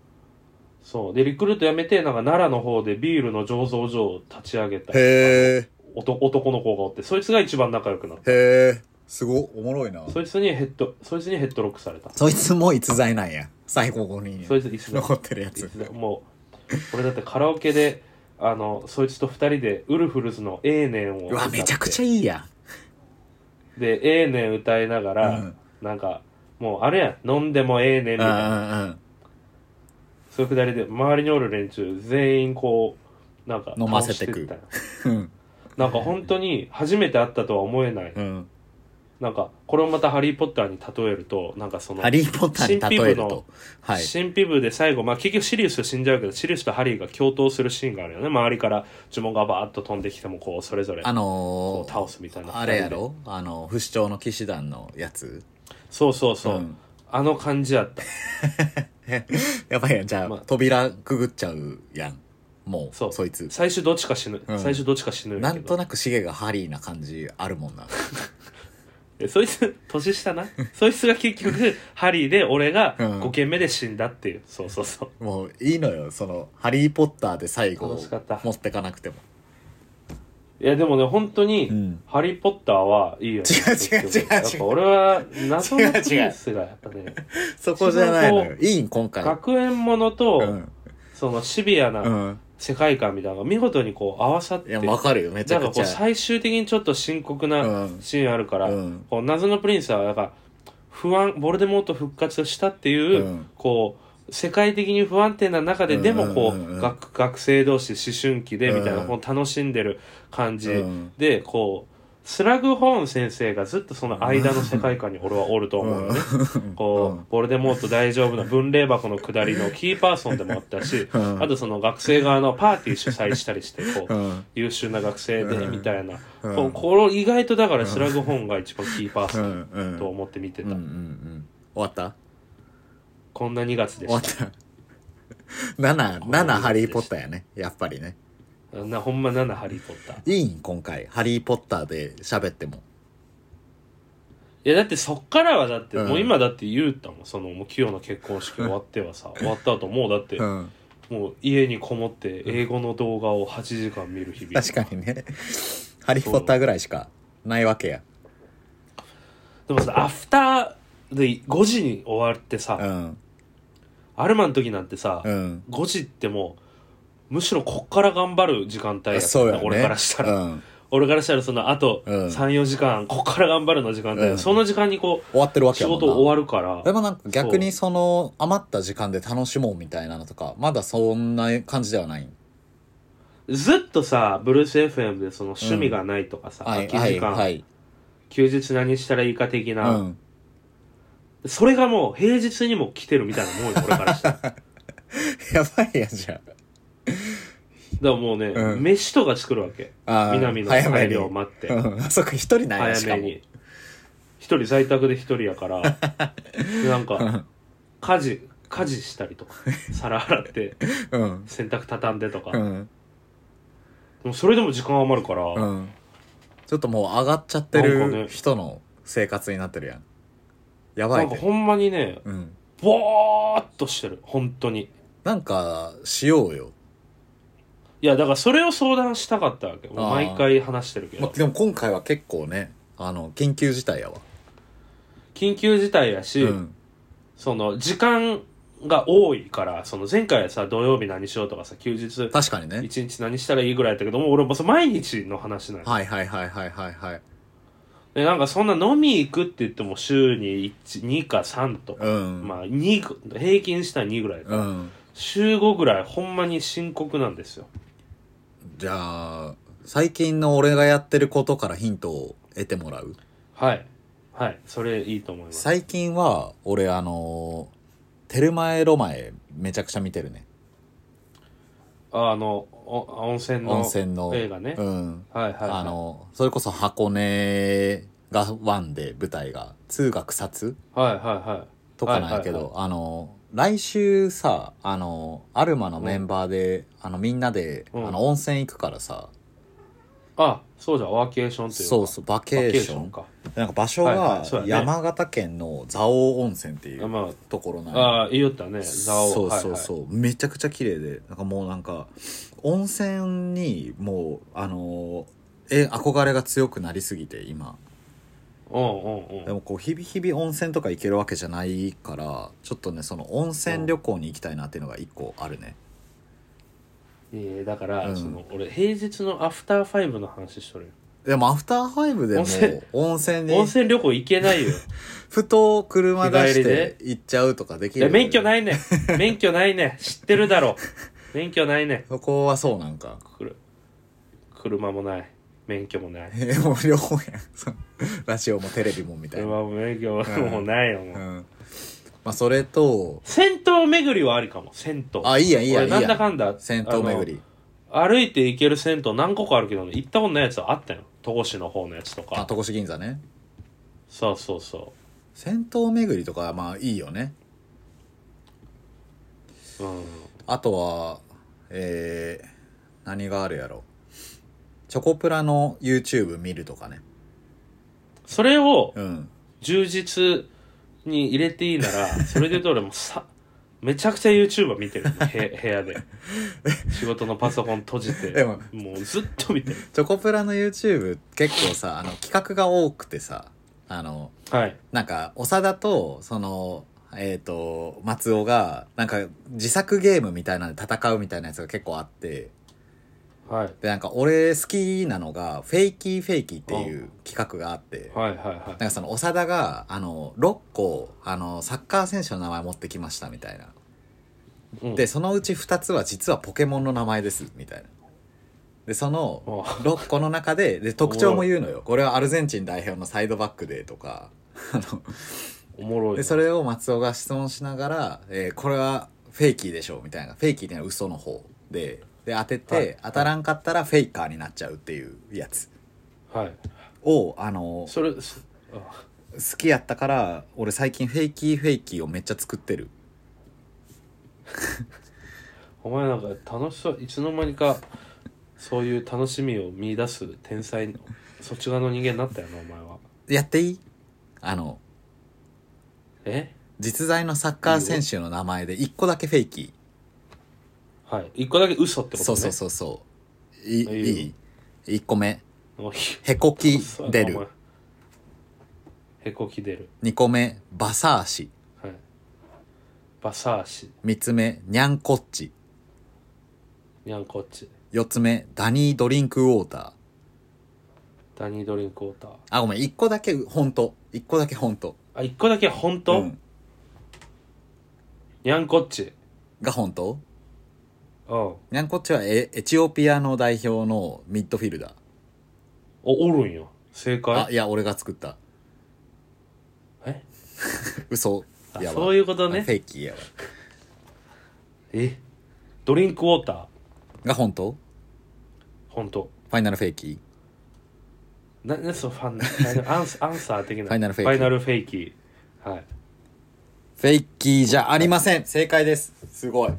B: そうでリクルートやめてなんか奈良の方でビールの醸造所を立ち上げた
A: へ
B: 男男の子がおってそいつが一番仲良くなっ
A: えへえすごおもろいな
B: たそいつにヘッドそいつにヘッドロックされた
A: そいつも逸材なんや最後5人
B: そいついつだ
A: 残ってるやつ
B: いつだもう俺だってカラオケであのそいつと二人でウルフルズの「ええねん」を
A: うわめちゃくちゃ
B: ゃ
A: いいや
B: で「ええねん」歌いなが
A: う
B: ら、
A: ん
B: なんかもうあれやん飲んでもええねんみ
A: う
B: たいなん
A: うん
B: そういうくだりで周りにおる連中全員こうなんか
A: 飲ませてく
B: 倒しったよ
A: うん
B: なんか本当に初めて会ったとは思えない
A: うん
B: なんかこれをまた「ハリー・ポッター」に例えるとなんかその
A: ハリー・ポッターに例えるとはい
B: 神秘部で最後、まあ、結局シリウスが死んじゃうけどシリウスとハリーが共闘するシーンがあるよね周りから呪文がバーッと飛んできてもこうそれぞれ
A: あ
B: こ
A: の
B: う
A: ー
B: 倒すみたいな
A: あれやろあの不死鳥の騎士団のやつ
B: そうそうそう、
A: ん
B: あの感じやった
A: やばいやんじゃあ
B: まあ
A: 扉くぐっちゃうやんもう
B: そ
A: そういつ
B: 最初どっちか死ぬ、
A: うん
B: 最初どっちか死ぬんや
A: な
B: け
A: ん
B: ど
A: となくシゲがハリーな感じあるもんな
B: えそいつ年 下なそいつが結局ハリーで俺が
A: うん
B: 5軒目で死んだっていう、そうそうそう
A: もういいのよその「ハリー・ポッター」で最後
B: 楽しかった
A: 持ってかなくても
B: いやでもね本当に、
A: うん
B: ハリー・ポッターはいいよね。
A: 違う違う違う違う
B: やっぱ俺は謎のプリンスがやっ ぱね、
A: そこじゃないのよいいん今回
B: 学園ものと、
A: うん
B: そのシビア
A: う
B: なん世界観みたいなのが見事にこう合わさっ
A: い
B: て、
A: や
B: な
A: わ
B: んか
A: かるよめちゃく
B: こ
A: ち
B: う
A: ゃ
B: 最終的にちょっと深刻
A: う
B: なんシーンあるから、
A: うん
B: こう謎のプリンスはなんか不安、ボルデモート復活したっていう、
A: うん
B: こう、世界的に不安定な中で、
A: うん
B: でもこう、
A: うんうんうん
B: 学学生同士思春期でみたいな、
A: うん
B: こう楽しんでる感じ、
A: うん
B: でこうスラグホーン先生がずっとその間の世界観に俺はおると思うよね。こうボルデモート大丈夫な分霊箱の下りのキーパーソンでもあったし、
A: うん
B: あとその学生側のパーティー主催したりしてこう、
A: うん
B: 優秀な学生で
A: うん
B: みたいな、
A: うん
B: こうこれ意外とだからスラグホーンが一番キーパー
A: う
B: ソン
A: んうん
B: と思って見て
A: うん
B: た、
A: うんうん終わった
B: こんな2月で
A: 終わ
B: し
A: ったた 7, 7ハリー・ポッターやねやっぱりね
B: なほんま7ハリー・ポッターい
A: いいん今回ハリー・ポッターで喋っても
B: やだってそっからはだって、
A: うん
B: もう今だって言うたもんそのもう清の結婚式終わってはさ終わった後もうだって、
A: うん
B: もう家にこもって英語の動画を8時間見る日々
A: 確かにね「ハリー・ポッター」ぐらいしかないわけや
B: でもさアフターで5時に終わってさ、
A: うん
B: アルマの時なんてさ、
A: うん
B: 5時ってもうむしろこっから頑張る時間帯やった
A: そうやね
B: 俺からしたら、
A: うん
B: 俺からしたらそのあと
A: うん
B: 34時間こっから頑張るの時間で、
A: うん
B: その時間にこ
A: 終わってる
B: う
A: わけ
B: 仕
A: やもんな
B: 事終わるから
A: でもなんか逆にその余った時間で楽しもうみたいなのとかまだそんな感じではない
B: ずっとさブルース FM でその趣味がないとかさ、
A: はい
B: 空
A: は
B: き
A: い
B: 時間、
A: はい
B: 休日何したらいいか的
A: う
B: な、
A: ん
B: それがもう平日にも来てるみたいなもんよ俺からした らだか
A: やばいやんじゃ
B: らもうね、
A: うん
B: 飯とか作るわけ
A: ああー
B: 南の
A: 早め
B: 材
A: に
B: 料を待って
A: うんあ そっか一人なんやしか
B: 早
A: も
B: めに一人在宅で一人やからでなんか家事家事したりと か皿洗って
A: うん
B: 洗濯畳んでとか、
A: う
B: で
A: ん
B: もそれでも時間余るから、
A: うんちょっともう上がっちゃって
B: なんかね
A: る人の生活になってるやんやば
B: ないんか
A: で
B: ほんまにね
A: うん
B: ぼーっとしてる本当に
A: なんかしようよ
B: いやだからそれを相談したかったわけもう毎回話してるけ
A: ま
B: ど
A: でも今回は結構ねあの緊急事態やわ
B: 緊急事態やし、
A: うん
B: その時間が多いからその前回はさ土曜日何しようとかさ休日
A: 確かにね
B: 一日何したらいいぐらいだったけどもう俺もそ毎日の話なんよ
A: はいはいはいはいはいはい
B: でなんかそんな飲み行くって言っても週に1 2か3とか、
A: うん
B: まあ2平均したら2ぐらい、
A: うん
B: 週5ぐらいほんまに深刻なんですよ
A: じゃあ最近の俺がやってることからヒントを得てもらう
B: はいはいそれいいと思います
A: 最近は俺あのテルマエロマエめちゃくちゃ見てるね
B: ああのお温泉の
A: 温泉の
B: 映画ね、
A: うん
B: はいはい、はい、
A: あのそれこそ箱根が1で舞台が2が草津
B: はいはいはい
A: とかなんやけど、
B: はいはい
A: あの来週さあのアルマのメンバーで、あのみんなで、
B: うん
A: あの温泉行くからさ
B: あそうじゃんワーケーションっていうか
A: そうそうバケ
B: バ
A: ー
B: ケー
A: シ
B: ショ
A: ョン
B: ンか
A: なんか場所
B: はいは
A: が
B: いそうやね
A: 山形県の蔵王温泉ってい
B: あ
A: う
B: ま
A: ところなん
B: あ
A: や
B: ああ言いよったね蔵王
A: そうそうそう、めちゃくちゃ綺麗でなんかもうなんか温泉にもうあのーえ憧れが強くなりすぎて今
B: はいはい、うんうんうん
A: でもこう日々日々温泉とか行けるわけじゃないからちょっとねその温泉旅行に行きたいなっていうのが一個あるね、
B: ええだから、
A: うん
B: その俺平日のアフターファイブの話しとるよ
A: でもアフターファイブでも
B: 温泉
A: 温泉に
B: 温泉旅行行けないよ
A: ふと車出
B: 日帰
A: し
B: りで
A: て行っちゃうとかでき
B: い
A: る
B: や免許
A: い
B: ないね免許ないね知ってるだろ免許ないね
A: そこはそうなんか
B: くる車もない免許もない
A: えもう両方やんそうラジオもテレビもみたいな、
B: 車も免許も,、
A: うん
B: もうないよもう、
A: うん、まあそれと
B: 銭湯巡りはありかも銭湯
A: あいいやんいいやん
B: 俺
A: いいやん
B: なんだかんだ
A: 銭湯巡り
B: あの歩いて行ける銭湯何個かあるけど行ったことないやつはあったよ戸越の方のやつと
A: あ
B: か
A: 戸越銀座ね
B: そうそうそ
A: 銭湯巡りとかまあいいよね
B: ううん
A: あとはえー、何があるやろチョコプラの YouTube 見るとかね
B: それを
A: うん
B: 充実に入れていいな ら、それで言うと俺もさ、めちゃくちゃ YouTuber 見てるの、へ部屋で。仕事のパソコン閉じて、
A: でも
B: もうずっと見てる。
A: チョコプラの YouTube 結構さあの企画が多くてさあの
B: はい。
A: なんか長田とそのえっ、と松尾がなんか自作ゲームみたいなんで戦うみたいなやつが結構あって
B: はい。
A: でなんか俺好きなのが「フェイキーフェイキー」っていう企画があって
B: はいはいは
A: なんかその長田があの6個あのサッカー選手の名前持ってきましたみたいな、
B: い。うん
A: で、そのうち2つは実はポケモンの名前ですみたいなでその
B: お
A: 6個の中でで特徴も言うのよこれはアルゼンチン代表のサイドバックでとかあの
B: おもろい
A: で
B: な。
A: それを松尾が質問しながら、えーこれはフェイキーでしょうみたいなフェイキーっていうのは嘘の方でで当てて、
B: はい
A: 当たらんかったらフェイカーになっちゃうっていうやつ
B: はい。
A: をあの
B: それ、そあ
A: 好きやったから俺最近フェイキーフェイキーをめっちゃ作ってる
B: お前なんか楽しそう、いつの間にか、そういう楽しみを見出す天才の、そっち側の人間になったよな、お前は。
A: やっていいあの
B: え
A: 実在のサッカー選手の名前で1個だけフェイキ
B: はい。一個だけ嘘って
A: ー
B: こと
A: そ
B: ね。
A: うそうそうそうい
B: いいよ
A: いい1個目
B: もうひ
A: へこき
B: そう
A: 出
B: お前
A: る
B: へこき出る
A: 2個目バサーシ
B: はいバサーシ
A: 3つ目ニャンコッチ
B: にゃんこっち
A: 4つ目ダニードリンクウォータ
B: ダニードリンクウォーター
A: あごめん1個だけ本当1個だけ本当
B: あ一個だけ本当、
A: うん、
B: ニャンコッチ
A: が本当
B: うんお
A: ニャンコッチはエエチオピアの代表のミッドフィルダー
B: おるんよ正
A: あ
B: 解
A: いや俺が作った
B: え
A: 嘘
B: あ
A: やば
B: そういうことね
A: フェイキーやわ
B: えドリンクウォーター
A: が本当フ
B: 本当
A: ァイナルフェイキー
B: ななそのファンファイナルアンスアンサー的な
A: ファイナルフェイキー
B: ファイナルフェイキーはい
A: フェイキーじゃありません正解ですすごい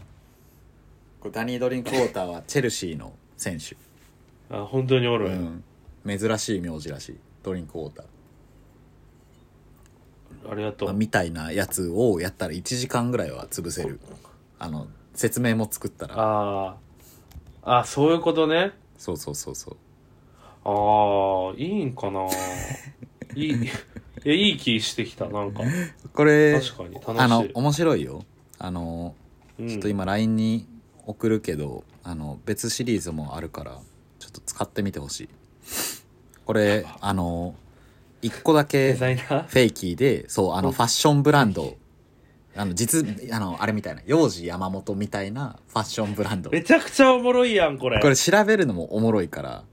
A: これダニー・ドリンクウォーターはチェルシーの選手
B: あ本当におるんよ、
A: うん珍しい名字らしいドリンクウォーター、
B: ありがと
A: まあ
B: う
A: みたいなやつをやったら1時間ぐらいは潰せるあの説明も作ったら
B: あーあそういうことね
A: そうそうそうそう
B: ああいいんかな いいいやいい気してきたなんか
A: これ
B: 確かに楽しい
A: あの面白いよあの
B: うん
A: ちょっと今 LINE に送るけど、あの別シリーズもあるからちょっと使ってみてほしいこれあの1個だけ
B: デ
A: フ
B: ザイナー
A: ェイキーでそうあのファッションブランドあの実あのあれみたいな幼児山本みたいなファッションブランド
B: めちゃくちゃおもろいやんこれ
A: これ調べるのもおもろいから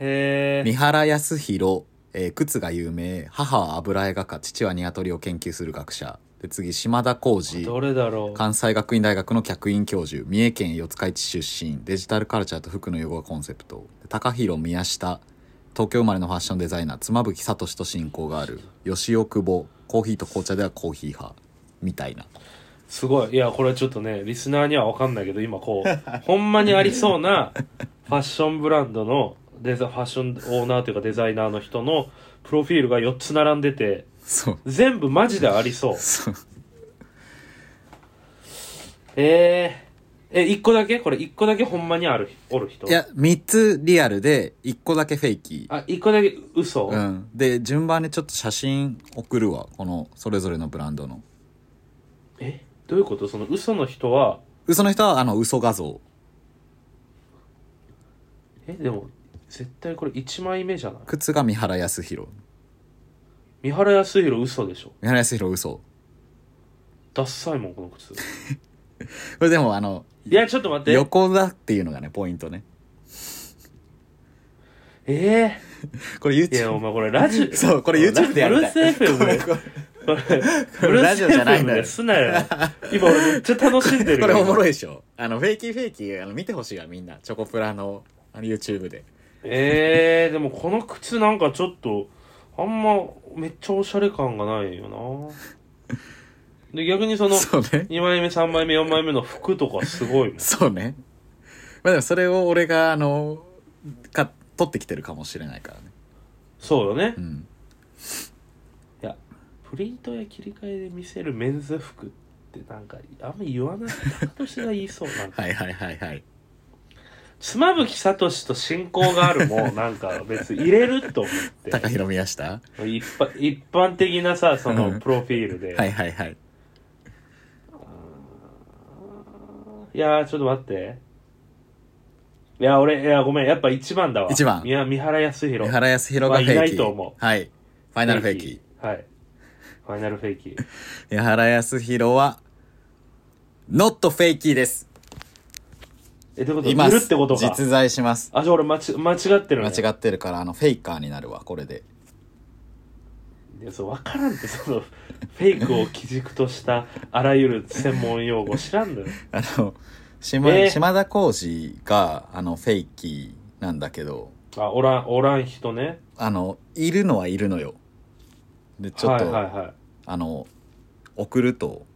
B: へ え
A: 三原康弘、えー靴が有名母は油絵画家父は鶏を研究する学者で次島田浩二
B: どれだろう
A: 関西学院大学の客員教授三重県四日市出身デジタルカルチャーと服の融合がコンセプト高弘宮下東京生まれのファッションデザイナー妻夫木聡と親交がある吉尾久保コーヒーと紅茶ではコーヒー派みたいな
B: すごいいやこれちょっとねリスナーには分かんないけど今こうほんまにありそう なファッションブランドのデザファッションオーナーというかデザイナーの人のプロフィールが4つ並んでて
A: そう
B: 全部マジでありそう
A: そう
B: えー、え1個だけこれ1個だけほんまにあるおる人
A: いや3つリアルで1個だけフェイキー
B: あ1個だけ嘘、
A: うんで順番にちょっと写真送るわこのそれぞれのブランドの
B: えどういうことその嘘の人は
A: 嘘の人はあの嘘画像
B: えでも絶対これ1枚目じゃない
A: 靴が三原康弘
B: 三原康弘嘘でしょ
A: 三原康弘嘘
B: ダッサいもんこの靴
A: これでもあの
B: いやちょっと待って
A: 横だっていうのがねポイントね
B: え
A: これ
B: ー、いや
A: YouTube
B: お前これラジ オ
A: そうこれ YouTube でやりたい
B: ブルース FM
A: こ れこれ
B: これブル
A: ラ
B: ー
A: ジ
B: ス
A: オじゃない
B: FM
A: んだよ
B: ですなよ今俺めっちゃ楽しんでる
A: これおもろ
B: い
A: いでしょあのフェイキーフェイキーあの見てほしいわみんなチョコプラのあの YouTube で
B: えー、でもこの靴なんかちょっとあんまめっちゃおしゃれ感がないよなで逆にその
A: そうね
B: 2枚目3枚目4枚目の服とかすごいもん
A: そうねまあでもそれを俺があのか取ってきてるかもしれないからね
B: そうよね
A: うん
B: いやプリントや切り替えで見せるメンズ服ってなんかあんま言わない 高俊が言いそうなんか
A: はいはいはいはい
B: 妻夫木聡と親交があ るもなんか別に入れると思って
A: 高弘宮下
B: 一般一般的なさそ
A: うん
B: のプロフィールで、
A: はいはいはい
B: いやーちょっと待っていや俺いやごめんやっぱ一番だわ
A: 一番
B: いや三原康
A: 三
B: 弘
A: 原康弘がフェイキー
B: まあいないと思
A: はいファイナルフェイキー
B: ーはいファイナルフェイキー
A: 三原康弘はノットフェイキーです
B: えどういうこと
A: いま
B: い
A: す
B: るってことか
A: 実在します
B: あじゃあ俺間ち間違ってるね
A: 間違ってるからあのフェイカーになるわこれで
B: いやそう分からんってそのフェイクを基軸としたあらゆる専門用語知らんのよ
A: あの島,、
B: えー
A: 島田浩二があのフェイキーなんだけど
B: あおらんおらん人ね
A: あのいるのはいるのよでちょっ
B: はい
A: と、
B: はいはい
A: あの送ると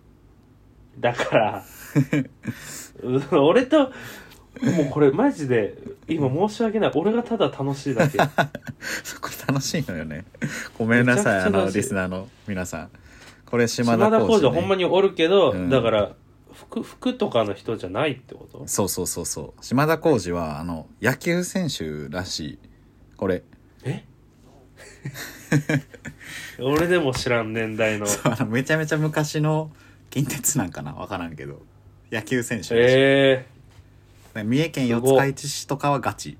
B: だからうん俺ともうこれマジで今申し訳ない俺がただ楽しいだ け
A: これ楽しいのよねごめんなさいあ
B: めちゃくち
A: の
B: ゃ楽しい
A: リスナーの皆さんこれ島田
B: 島田
A: 浩
B: 浩
A: 二、
B: 二は
A: ね、
B: ほんまにおるけど、
A: うん
B: だから服服とかの人じゃないってこと
A: そうそうそうそう島田浩二はあの野球選手らしいこれ
B: え俺でも知らん年代の
A: そうあのめちゃめちゃ昔の近鉄なんかなわからんけど野球選手らしい
B: え
A: 三重県四日市市とかはガチ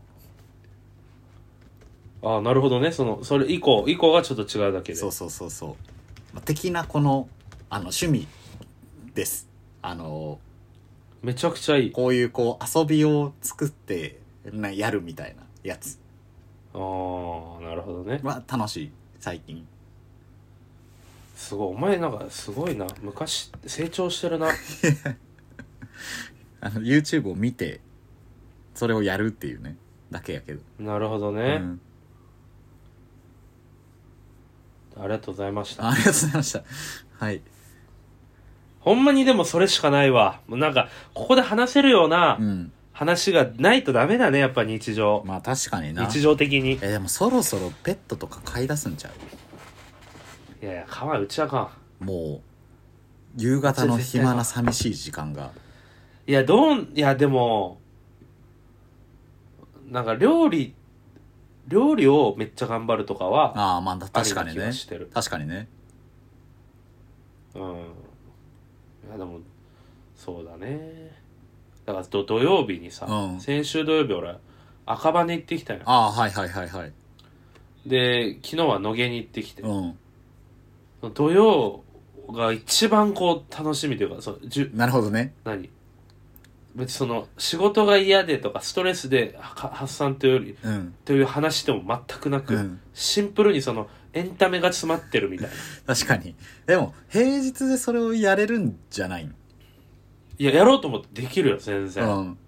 B: ああなるほどねそのそれ以降以降がちょっと違うだけで
A: そうそうそうそう、まあ、的なこのあの趣味ですあの
B: めちゃくちゃいい
A: こういうこう遊びを作ってなやるみたいなやつ
B: ああなるほどね
A: は楽しい最近
B: すごいお前なんかすごいな昔成長してるな
A: あの YouTube を見てそれをやるっていうねだけやけど、
B: なるほど
A: う
B: ね、
A: ん、
B: ありがとうございました
A: ありがとうございましたはい
B: ほんまにでもそれしかないわもうなんかここで話せるような
A: うん
B: 話がないとダメだねやっぱ日常
A: まあ確かにな
B: 日常的にい
A: えでもそろそろペットとか飼い出すんちゃ
B: やいやかわいうちはかん
A: うもう夕方の暇な寂しい時間が
B: いやどういやでもなんか料理料理をめっちゃ頑張るとかは
A: ああまあ確か
B: あ
A: に
B: りな気
A: ね
B: がしてる
A: 確かにね
B: うんいやでもそうだねだからど土曜日にさ、
A: うん
B: 先週土曜日俺赤羽行ってきたよ
A: ああはいはいはいはい
B: で昨日は野毛に行ってきて、
A: うん
B: 土曜が一番こう楽しみというかそうじゅ
A: なるほどね
B: 何別にその仕事が嫌でとかストレスでは発散というより
A: うん
B: という話でも全くなく、
A: うん
B: シンプルにそのエンタメが詰まってるみたいな
A: 確かにでも平日でそれをやれるんじゃないん
B: いややろうと思ってできるよ全
A: う
B: 然、
A: ん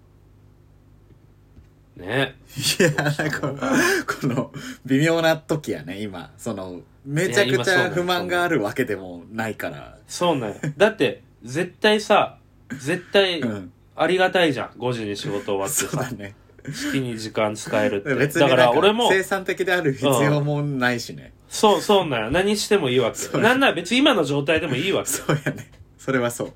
B: ね
A: いやなんかこの微妙な時やね今そのめちゃく
B: いや今
A: ち
B: そうな
A: ゃ
B: の
A: 不満があるわけでもないから
B: そうなんよだって絶対さ絶対
A: うん
B: ありがたいじゃん5時に仕事終わって
A: そう
B: さ
A: だね
B: 好きに時間使えるって
A: 別
B: だ
A: に
B: か
A: なん
B: ら俺も
A: 生産的である必要もないしね
B: そうそうなんよ何してもいいわけ
A: そう
B: なんなら別に今の状態でもいいわけ
A: そうやねそれはそう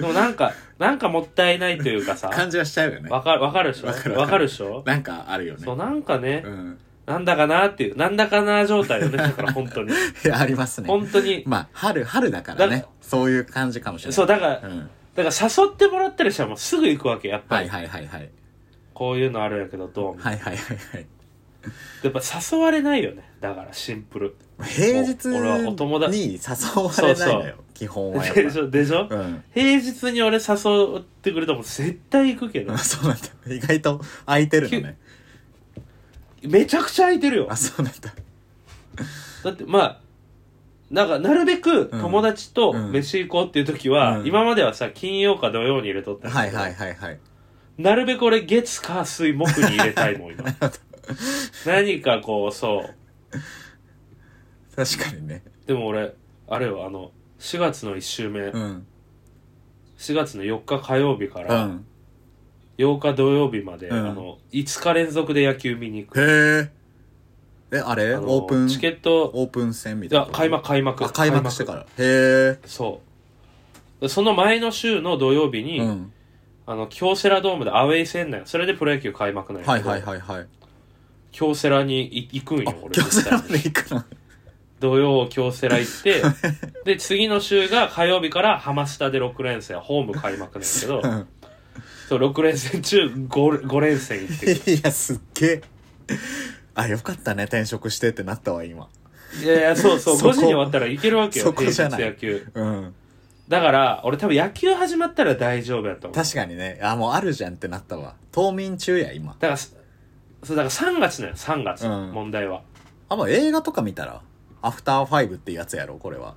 B: でもなんかなんかもったいないというかさ
A: 感じはしちゃうよね
B: わかるわかるでしょ
A: わかる
B: わかるでしょ
A: なんかあるよね
B: そうなんかね、
A: うん
B: なんだかなっていうなんだかな状態よねだから本当に
A: いやありますね
B: 本当に
A: まあ春春だから
B: だ
A: ね
B: か
A: そういう感じかもしれない
B: そうだから、
A: うん
B: だから誘ってもらったりしたらもうすぐ行くわけやっぱ
A: は
B: り、
A: いはいはいはい
B: こういうのあるんやけどどうも
A: はいはいはいはい
B: やっぱ誘われないよねだからシンプル
A: 平日
B: 俺はお友達
A: に誘われないのよ基本はやっ
B: でしょでしょ、
A: ぱうん
B: 平日に俺誘ってくれたらもう絶対行くけど
A: あそうなんだ意外と空いてるのね
B: めちゃくちゃ空いてるよ
A: あそうなんだ
B: だってまあなんかなるべく
A: うん
B: 友達と
A: うん
B: 飯行こうっていう時は、
A: うん
B: 今まではさ金曜か土曜に入れとったんだ
A: は
B: け
A: い
B: ど
A: はいはいはい
B: なるべく俺月火水木に入れたいも ん今何かこうそう
A: 確かにね
B: でも俺あれよあの4月の1週目、
A: うん
B: 4月の4日火曜日か
A: う
B: ら
A: ん
B: 8日土曜日まで、
A: うん
B: あの5日連続で野球見に行く、
A: へええあれ
B: あの
A: オープン
B: チケット
A: オープン戦み
B: い
A: たいな
B: や開幕開幕
A: あ開幕してからへ
B: そうその前の週の土曜日
A: え
B: に、
A: うん
B: あの京セラドームでアウェイ戦なんよそれでプロ野球開幕なんや
A: はい
B: けど
A: はいはいはい
B: 京セラにい行くん
A: あ
B: よ俺
A: 京
B: 絶
A: セ
B: 対
A: ラまで行くの
B: 土曜京セラ行って で次の週が火曜日から浜下で6連戦ホーム開幕なんや けど
A: うん
B: そう6連戦中 5, 5連戦行ってくる
A: いやすっげえあよかったね転職してってなったわ今
B: いやいやそうそう
A: そこ
B: 5時に終わったらいけるわけよ
A: そこ
B: 平
A: じゃ
B: 日
A: ない
B: 野球
A: うん
B: だから俺多分野球始まったら大丈夫やと思う
A: 確かにねあもうあるじゃんってなったわ冬眠中や今
B: だからそうだから3月なよ3月、
A: うん
B: 問題は
A: あもう映画とか見たらアフターファイブっていうやつやろこれは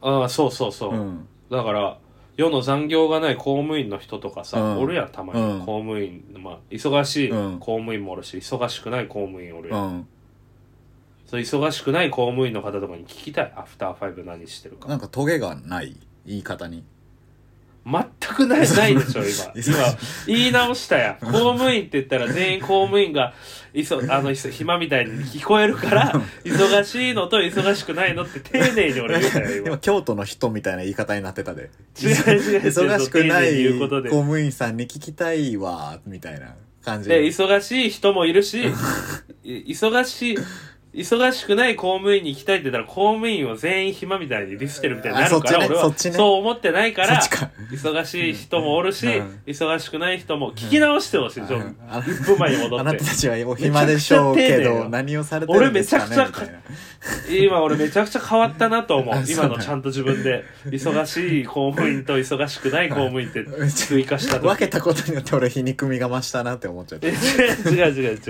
B: ああそうそうそう、
A: うん
B: だから世の残業がない公務員の人とかさ、
A: うん
B: おるやんたまに、
A: うん
B: 公務員まあ忙しい
A: うん
B: 公務員もおるし忙しくない公務員おる
A: う
B: やん、
A: ん
B: そう忙しくない公務員の方とかに聞きたいアフターファイブ何してるか
A: なんかトゲがない言い方に
B: 全くないないでしょ 今今言い直したやん公務員って言ったら全員公務員がいそあのいそ暇みたいに聞こえるから忙しいのと忙しくないのって丁寧に俺言ったよ今
A: 今京都の人みたいな言い方になってたで
B: 違う違う違う
A: 忙しくな
B: 丁寧に
A: い
B: 言うこ
A: 公
B: とで
A: 務員さんに聞きたいわみたいな感じ
B: で
A: で
B: 忙しい人もいるしい忙し忙しくない公務員に行きたいって言ったら公務員を全員暇みたいにディスってるみたいにな
A: あそ
B: る
A: っ
B: か
A: ちね
B: ら俺
A: そ
B: は
A: っちね
B: そう思ってないから
A: そっちか
B: 忙しい人もおるし
A: うん
B: 忙しくない人も聞き直してほしいちょっと
A: あの
B: 1分前に
A: あ
B: 戻っ
A: な
B: て
A: たたちはお暇でしょうけ
B: めちゃくちゃ丁寧
A: ど
B: よ
A: 何をされてるんですかねみ
B: 俺めちゃくち
A: た
B: ゃ
A: いな
B: 今俺めちゃくちゃ変わったなと思う
A: あそう
B: 今
A: なの
B: のちゃんと自分で忙しい公務員と忙しくない公務員って追加した時
A: 分けたことによって俺皮肉みが増したなって思っちゃっ
B: え
A: て
B: 違う違う違う違う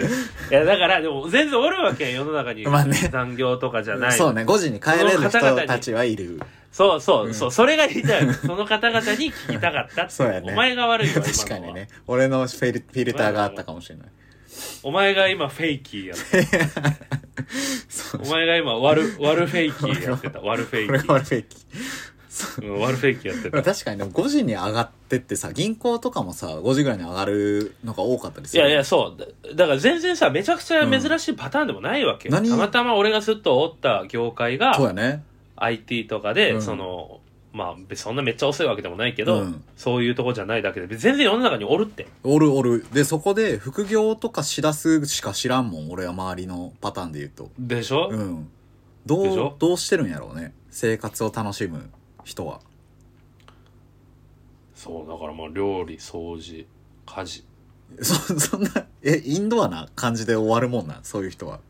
B: いやだからでも全然おるわけん世の中に
A: まあね
B: 残業とかじゃない
A: そうね5時に帰れる人たちはいる
B: そうそうそうそれが言いたいその 方々に聞きたかったって
A: そうやね
B: お前が悪いわ今の は
A: 確かにね俺のフィルフィルターがあったかもしれない
B: お前が今フェイキーやった
A: そう
B: お前が今 悪悪フェイキーやってた悪フェイキ
A: 俺
B: ー
A: はフェイキ
B: うん悪フェイキー やってた
A: 確かにでも5時に上がってってさ銀行とかもさ5時ぐらいに上がるのが多かったりす
B: い
A: る
B: やいやそうだだから全然さめちゃくちゃ珍しいパターンでもないわけよ、
A: うん何
B: たまたま俺がずっとおった業界
A: そう
B: が
A: やね
B: IT とかで、
A: うん
B: そのまあそんなめっちゃ遅いわけでもないけど、
A: うん
B: そういうとこじゃないだけで全然世の中におるって
A: おるおるでそこで副業とかしだすしか知らんもん俺は周りのパターンで言うと
B: でしょ、
A: うん
B: で
A: ど
B: し
A: う
B: ょ
A: どうしてるんやろうね生活を楽しむ人は
B: そうだからまあ料理掃除家事
A: そそんなえインドアな感じで終わるもんなそういう人は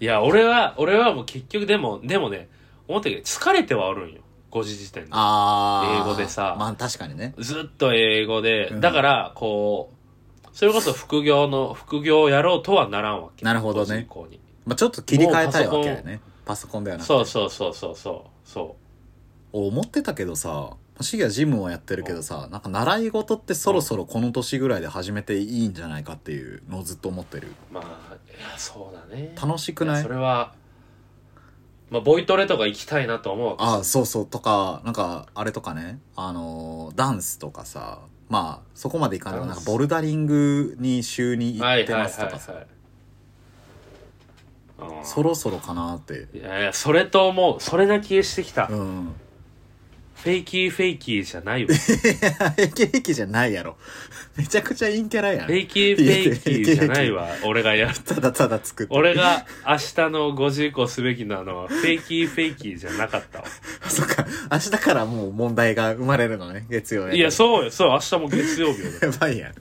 A: い
B: や俺は俺はもう結局でもでもね思ったけど疲れてはおるんよ5時時点で
A: あー
B: 英語でさ
A: まあ確かにね
B: ずっと英語で、
A: うん
B: だからこうそれこそ副業の副業をやろうとはならんわけ
A: なるほどね
B: 5時以降に
A: まあ、ちょっと切り替えたいわけやねパソコンではなくて
B: そうそうそうそうそうそ
A: 思ってたけどさシゲはジムをやってるけどさなんか習い事ってそろそろこの年ぐらいで始めていいんじゃないかっていうのをずっと思ってる
B: うまあいやそうだね
A: 楽しくない
B: やそれはまあボイトレとか行きたいなと思うわけ
A: ああそうそうとかなんかあれとかねあのーダンスとかさまあそこまでいかんでも
B: ダ
A: なん
B: ンス
A: かボルダリングに週に
B: は
A: 行っ
B: い
A: て
B: はいは
A: ま
B: い
A: すとかさ、
B: はいうん
A: そろそろかなって
B: いやいやそれと思うそれな気がしてき
A: う
B: た、フ
A: ん
B: ェイキーフェイキーじゃないわ
A: 平気平気じゃないやろめちゃくちゃ陰キャラや
B: フェ
A: ん
B: イキーフェイキーじゃないわ、俺がやる。
A: ただただ作って
B: 俺が明日の5時以降すべきなのは、フェイキーフェイキーじゃなかったわ。
A: あそっか明日からもう問題が生まれるのね月曜やから
B: いや、そうよ、そう、明日も月曜日よ。
A: やばいやん。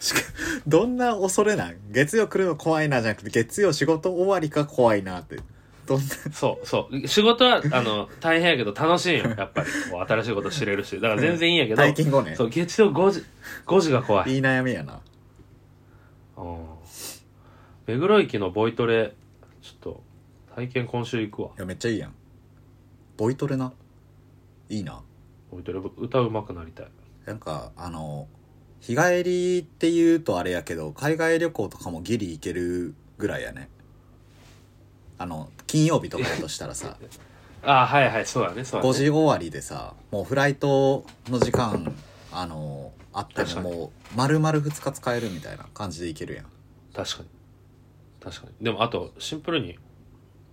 A: しかどんな恐れなん月曜来るの怖いなじゃなくて、月曜仕事終わりか怖いなって。どんな、
B: そう、そう。仕事は、あの、大変やけど楽しいよ、やっぱり。こう新しいこと知れるし。だから全然いいんやけど、
A: 退勤後ね
B: そ。う、月曜5時、5時が怖い。
A: いい悩みやな。
B: うん目黒駅のボイトレ、ちょっと、体験今週行くわ。
A: いや、めっちゃいいやん。ボイトレな。いいな。
B: ボイトレ、歌うまくなりたい。
A: なんか、あの、日帰りって言うとあれやけど、海外旅行とかもギリ行けるぐらいやね。あの、金曜日とかだとしたら さ。
B: あー、はいはい、そうだね、そうだ
A: 5
B: ね。
A: 時終わりでさもうフライトの時間あのあって
B: 確か
A: も
B: に
A: もう丸々2日使えるみたいな感じでいけるやん
B: 確かに確かにでもあとシンプルに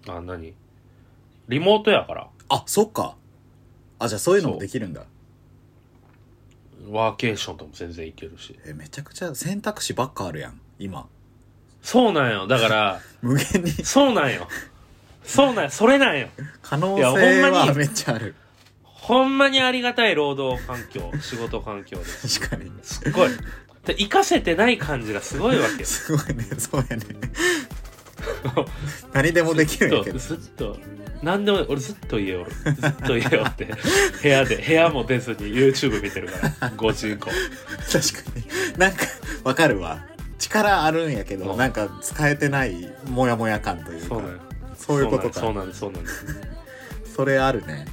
B: あ何リモートやから
A: あそっかあじゃあそういうのも
B: そう
A: できるんだ
B: ワーケーションとも全然いけるし
A: えめちゃくちゃ選択肢ばっかあるやん今
B: そうなんよだから
A: 無限に
B: そうなんよそうなんよそれなんよ
A: 可能
B: いやほ
A: 性
B: んま
A: は
B: に
A: めっちゃある
B: ほんまにありがたい労働環境仕事環境です
A: 確かに
B: すっごいで生かせてない感じがすごいわけよ
A: すごいねそう やね何でもできるんやけど
B: ずっとずっと何でも俺ずっと家おるずっと家おって 部屋で部屋も出ずに YouTube 見てるから5時以降
A: 確かになんかわかるわ力あるんやけど
B: うん
A: なんか使えてないモヤモヤ感という
B: そう
A: か
B: なんよ
A: そういうことか
B: そうなんですそうなんですそうなんです
A: それあるね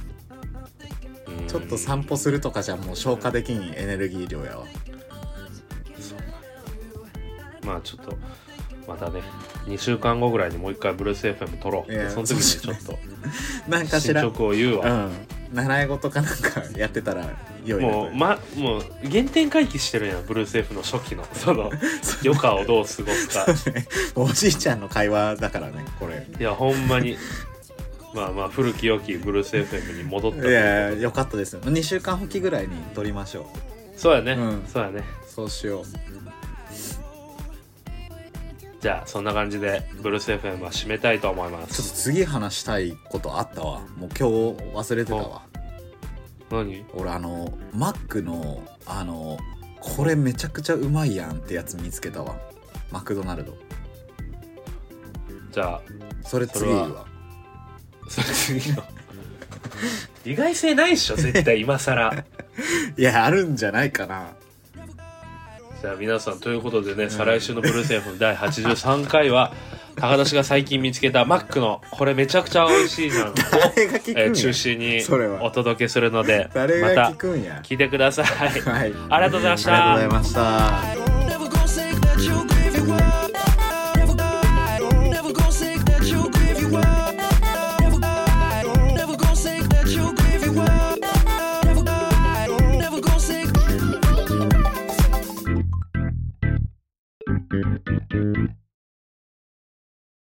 B: うん
A: ちょっと散歩するとかじゃもう消化できんエネルギー量やわ
B: まあちょっとまたね2週間後ぐらいにもう一回ブルース FM 撮ろう
A: いや
B: その時にちょっと
A: なんかし
B: 進
A: らう
B: 捗を言うわ
A: ん習い事かなんかやってたら良いなと
B: もうまもう原点回帰してるやんブルース F の初期の その余暇をどう過ごすか
A: おじいちゃんの会話だからねこれ
B: いやほんまにまあまあ古き良きブルース FM に戻った
A: いやよかったですよ2週間ほきぐらいに撮りましょう
B: そうやね、
A: うん
B: そうやね
A: そうしよう
B: じじゃあそんな感じでブルース FM は締めたいと思いま
A: ちょっと
B: す
A: 次話したいことあったわもう今日忘れてたわ
B: 何
A: 俺あのマックのあのこれめちゃくちゃうまいやんってやつ見つけたわマクドナルド
B: じゃあ
A: それ次
B: それ
A: いい
B: は
A: わ
B: それ次の意外性ないっしょ絶対今更
A: いやあるんじゃないかな
B: じゃあ皆さんということでね再来週の「ブルース FM」第83回 は高田氏が最近見つけたマックのこれめちゃくちゃ美味しいじゃ んを、
A: 誰が聞くんや、
B: えー中心に
A: それは
B: お届けするので
A: 誰
B: ま
A: が
B: た
A: 聞くんや、
B: 聞いてください。
A: はいあり
B: ありがとうございました。
A: がとうございました
C: Bye.